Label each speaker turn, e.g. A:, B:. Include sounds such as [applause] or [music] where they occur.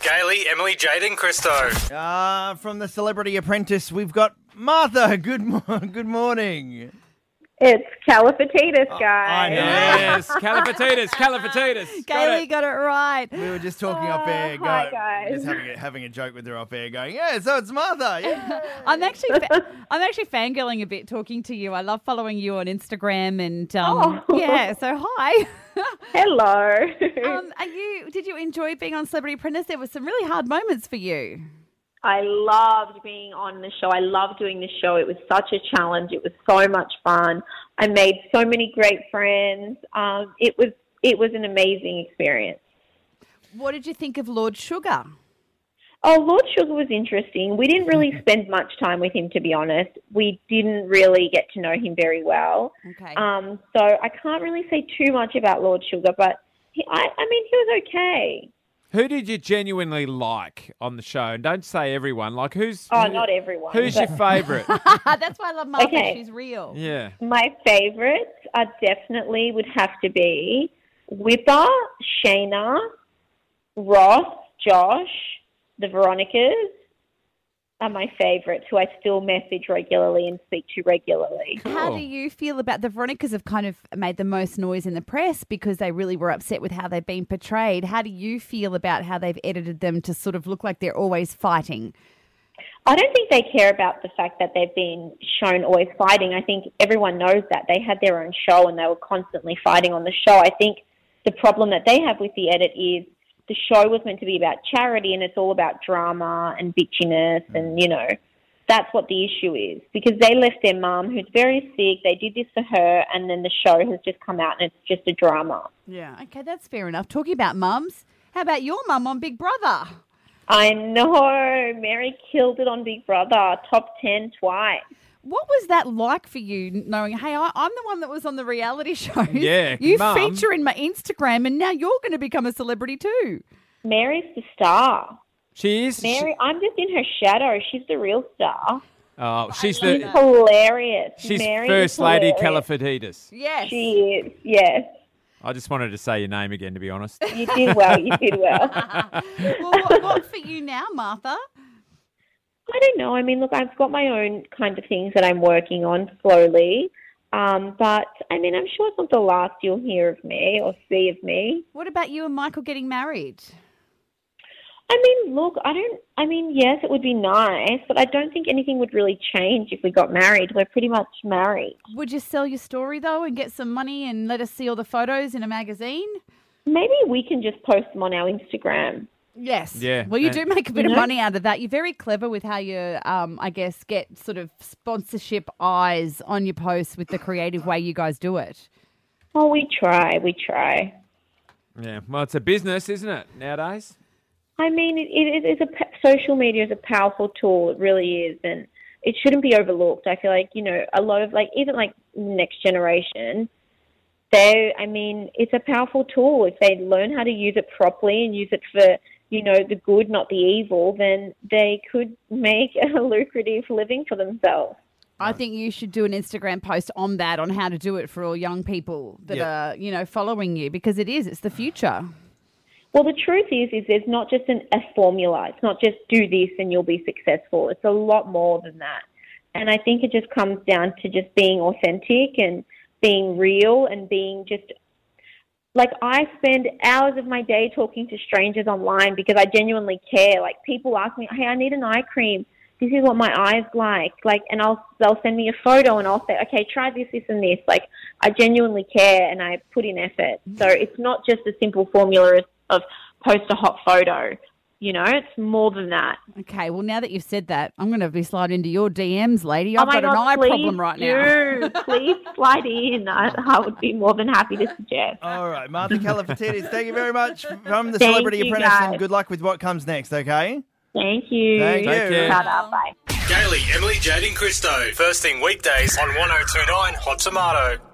A: Gailey, Emily, Jaden, Christo.
B: Uh, from the Celebrity Apprentice, we've got Martha. [laughs] Good mo- good morning.
C: It's califitis,
D: Oh,
C: guys.
B: I know.
D: Yes, Califatitis, Califatitis.
E: Gailey got it right.
B: We were just talking up off air. Go,
C: Uh, hi, guys.
B: Just having a, having a joke with her off air, going, yeah, so it's Martha. Yeah.
E: I'm actually fa- [laughs] I'm actually fangirling a bit talking to you. I love following you on Instagram and um,
C: Oh.
E: yeah. So hi. [laughs]
C: Hello.
E: um, are you? Did you enjoy being on Celebrity Apprentice? There were some really hard moments for you.
C: [laughs] I loved being on the show. I loved doing the show. It was such a challenge. It was so much fun. I made so many great friends. Um, it was it was an amazing experience.
E: What did you think of Lord Sugar? [laughs]
C: Oh, Lord Sugar was interesting. We didn't
D: [laughs]
C: really spend much time with him, to be honest. We didn't really get to know him very well.
E: Okay.
C: Um, so I can't really say too much about Lord Sugar, but he, I, I mean, he was okay.
D: [laughs] Who did you genuinely like on the show? And don't say everyone. Like who's?
C: Oh,
D: who-
C: not everyone. [laughs]
D: Who's your
C: but
D: favourite?
E: That's why I love Martha.
C: Okay.
E: She's real.
D: yeah.
C: my favorites are definitely would have to be Whipper, Shayna, Ross, Josh, the Veronicas are my favorites, who I still message regularly and speak to regularly.
E: How
D: Cool.
E: do you feel about the Veronicas have kind of made the most noise in the press because they really were upset with how they've been portrayed? How do you feel about how they've edited them to sort of look like they're always fighting?
C: I don't think they care about the fact that they've been shown always fighting. I think everyone knows that. They had their own show and they were constantly fighting on the show. I think the problem that they have with the edit is the show was meant to be about charity and it's all about drama and bitchiness and, you know, that's what the issue is. Because they left their mum, who's very sick, they did this for her, and then the show has just come out and it's just a drama.
E: Yeah. Okay, that's fair enough. Talking about mums, how about your mum on Big Brother?
C: I know. Mary killed it on Big Brother, top 10 twice.
E: What was that like for you, knowing, hey, I, I'm the one that was on the reality [laughs] show?
D: Yeah,
E: You
D: mum.
E: feature in my Instagram, and now you're going to become a celebrity too.
C: Mary's the star.
D: She is.
C: Mary, I'm just in her shadow. She's the real star.
D: oh, she's
C: She's
D: the.
C: hilarious.
D: She's
C: Mary
D: first
C: is
D: lady
C: hilarious.
D: Califatitis.
E: Yes.
C: She is. Yes,
D: I just wanted to say your name again, to be honest.
C: you did well. You did
D: [laughs]
C: well. I
E: well, what, what for you now, Martha?
C: don't know. I mean, look, I've got my own kind of things that I'm working on slowly. Um, but I mean, I'm sure it's not the last you'll hear of me or see of me.
E: What about you and Michael getting married?
C: I mean, look, I don't. I mean, yes, it would be nice, but I don't think anything would really change if we got married. We're pretty much married.
E: Would you sell your story though and get some money and let us see all the photos in a magazine?
C: Maybe we can just post them on our Instagram.
E: Yes.
D: Yeah,
E: Well, you
D: and-
E: do make a bit of
C: Mhm.
E: money out of that. You're very clever with how you, um, I guess, get sort of sponsorship eyes on your posts with the creative way you guys do it.
C: Oh, we try. We try.
D: yeah. Well, it's a business, isn't it, nowadays?
C: I mean, it, it, it is a p- social media is a powerful tool. It really is, and it shouldn't be overlooked. I feel like you know a lot of like even like next generation. They, I mean, it's a powerful tool. If they learn how to use it properly and use it for you know the good, not the evil, then they could make a [laughs] lucrative living for themselves.
E: I think you should do an Instagram post on that on how to do it for all young people that
D: Yeah.
E: are, you know, following you because it is, it's the future.
C: Well, the truth is, is there's not just an, a formula. It's not just do this and you'll be successful. It's a lot more than that. And I think it just comes down to just being authentic and being real and being just like I spend hours of my day talking to strangers online because I genuinely care. Like people ask me, "Hey, I need an eye cream. This is what my eyes like." Like, and I'll they'll send me a photo and I'll say, "Okay, try this, this, and this." Like, I genuinely care and I put in effort.
E: Mm-hmm.
C: So it's not just a simple formula of post a hot photo. You know, it's more than that.
E: Okay, well, now that you've said that, I'm going to be sliding into your DMs, lady. I've
C: oh my
E: got
C: God,
E: an eye
C: please
E: problem right now.
C: do.
E: [laughs]
C: please slide in. I, I would be more than happy to suggest.
E: Uh,
B: All right, Martha Calafatidis, thank you very much from the
C: Thank
B: Celebrity
C: you,
B: Apprentice, and
C: guys.
B: good luck with what comes next, okay?
C: Thank you.
B: Thank
D: Take
B: you.
D: care.
C: Ta-da, bye.
A: Gailey, Emily, Jaden, Christo. First thing weekdays on 1029 Hot Tomato.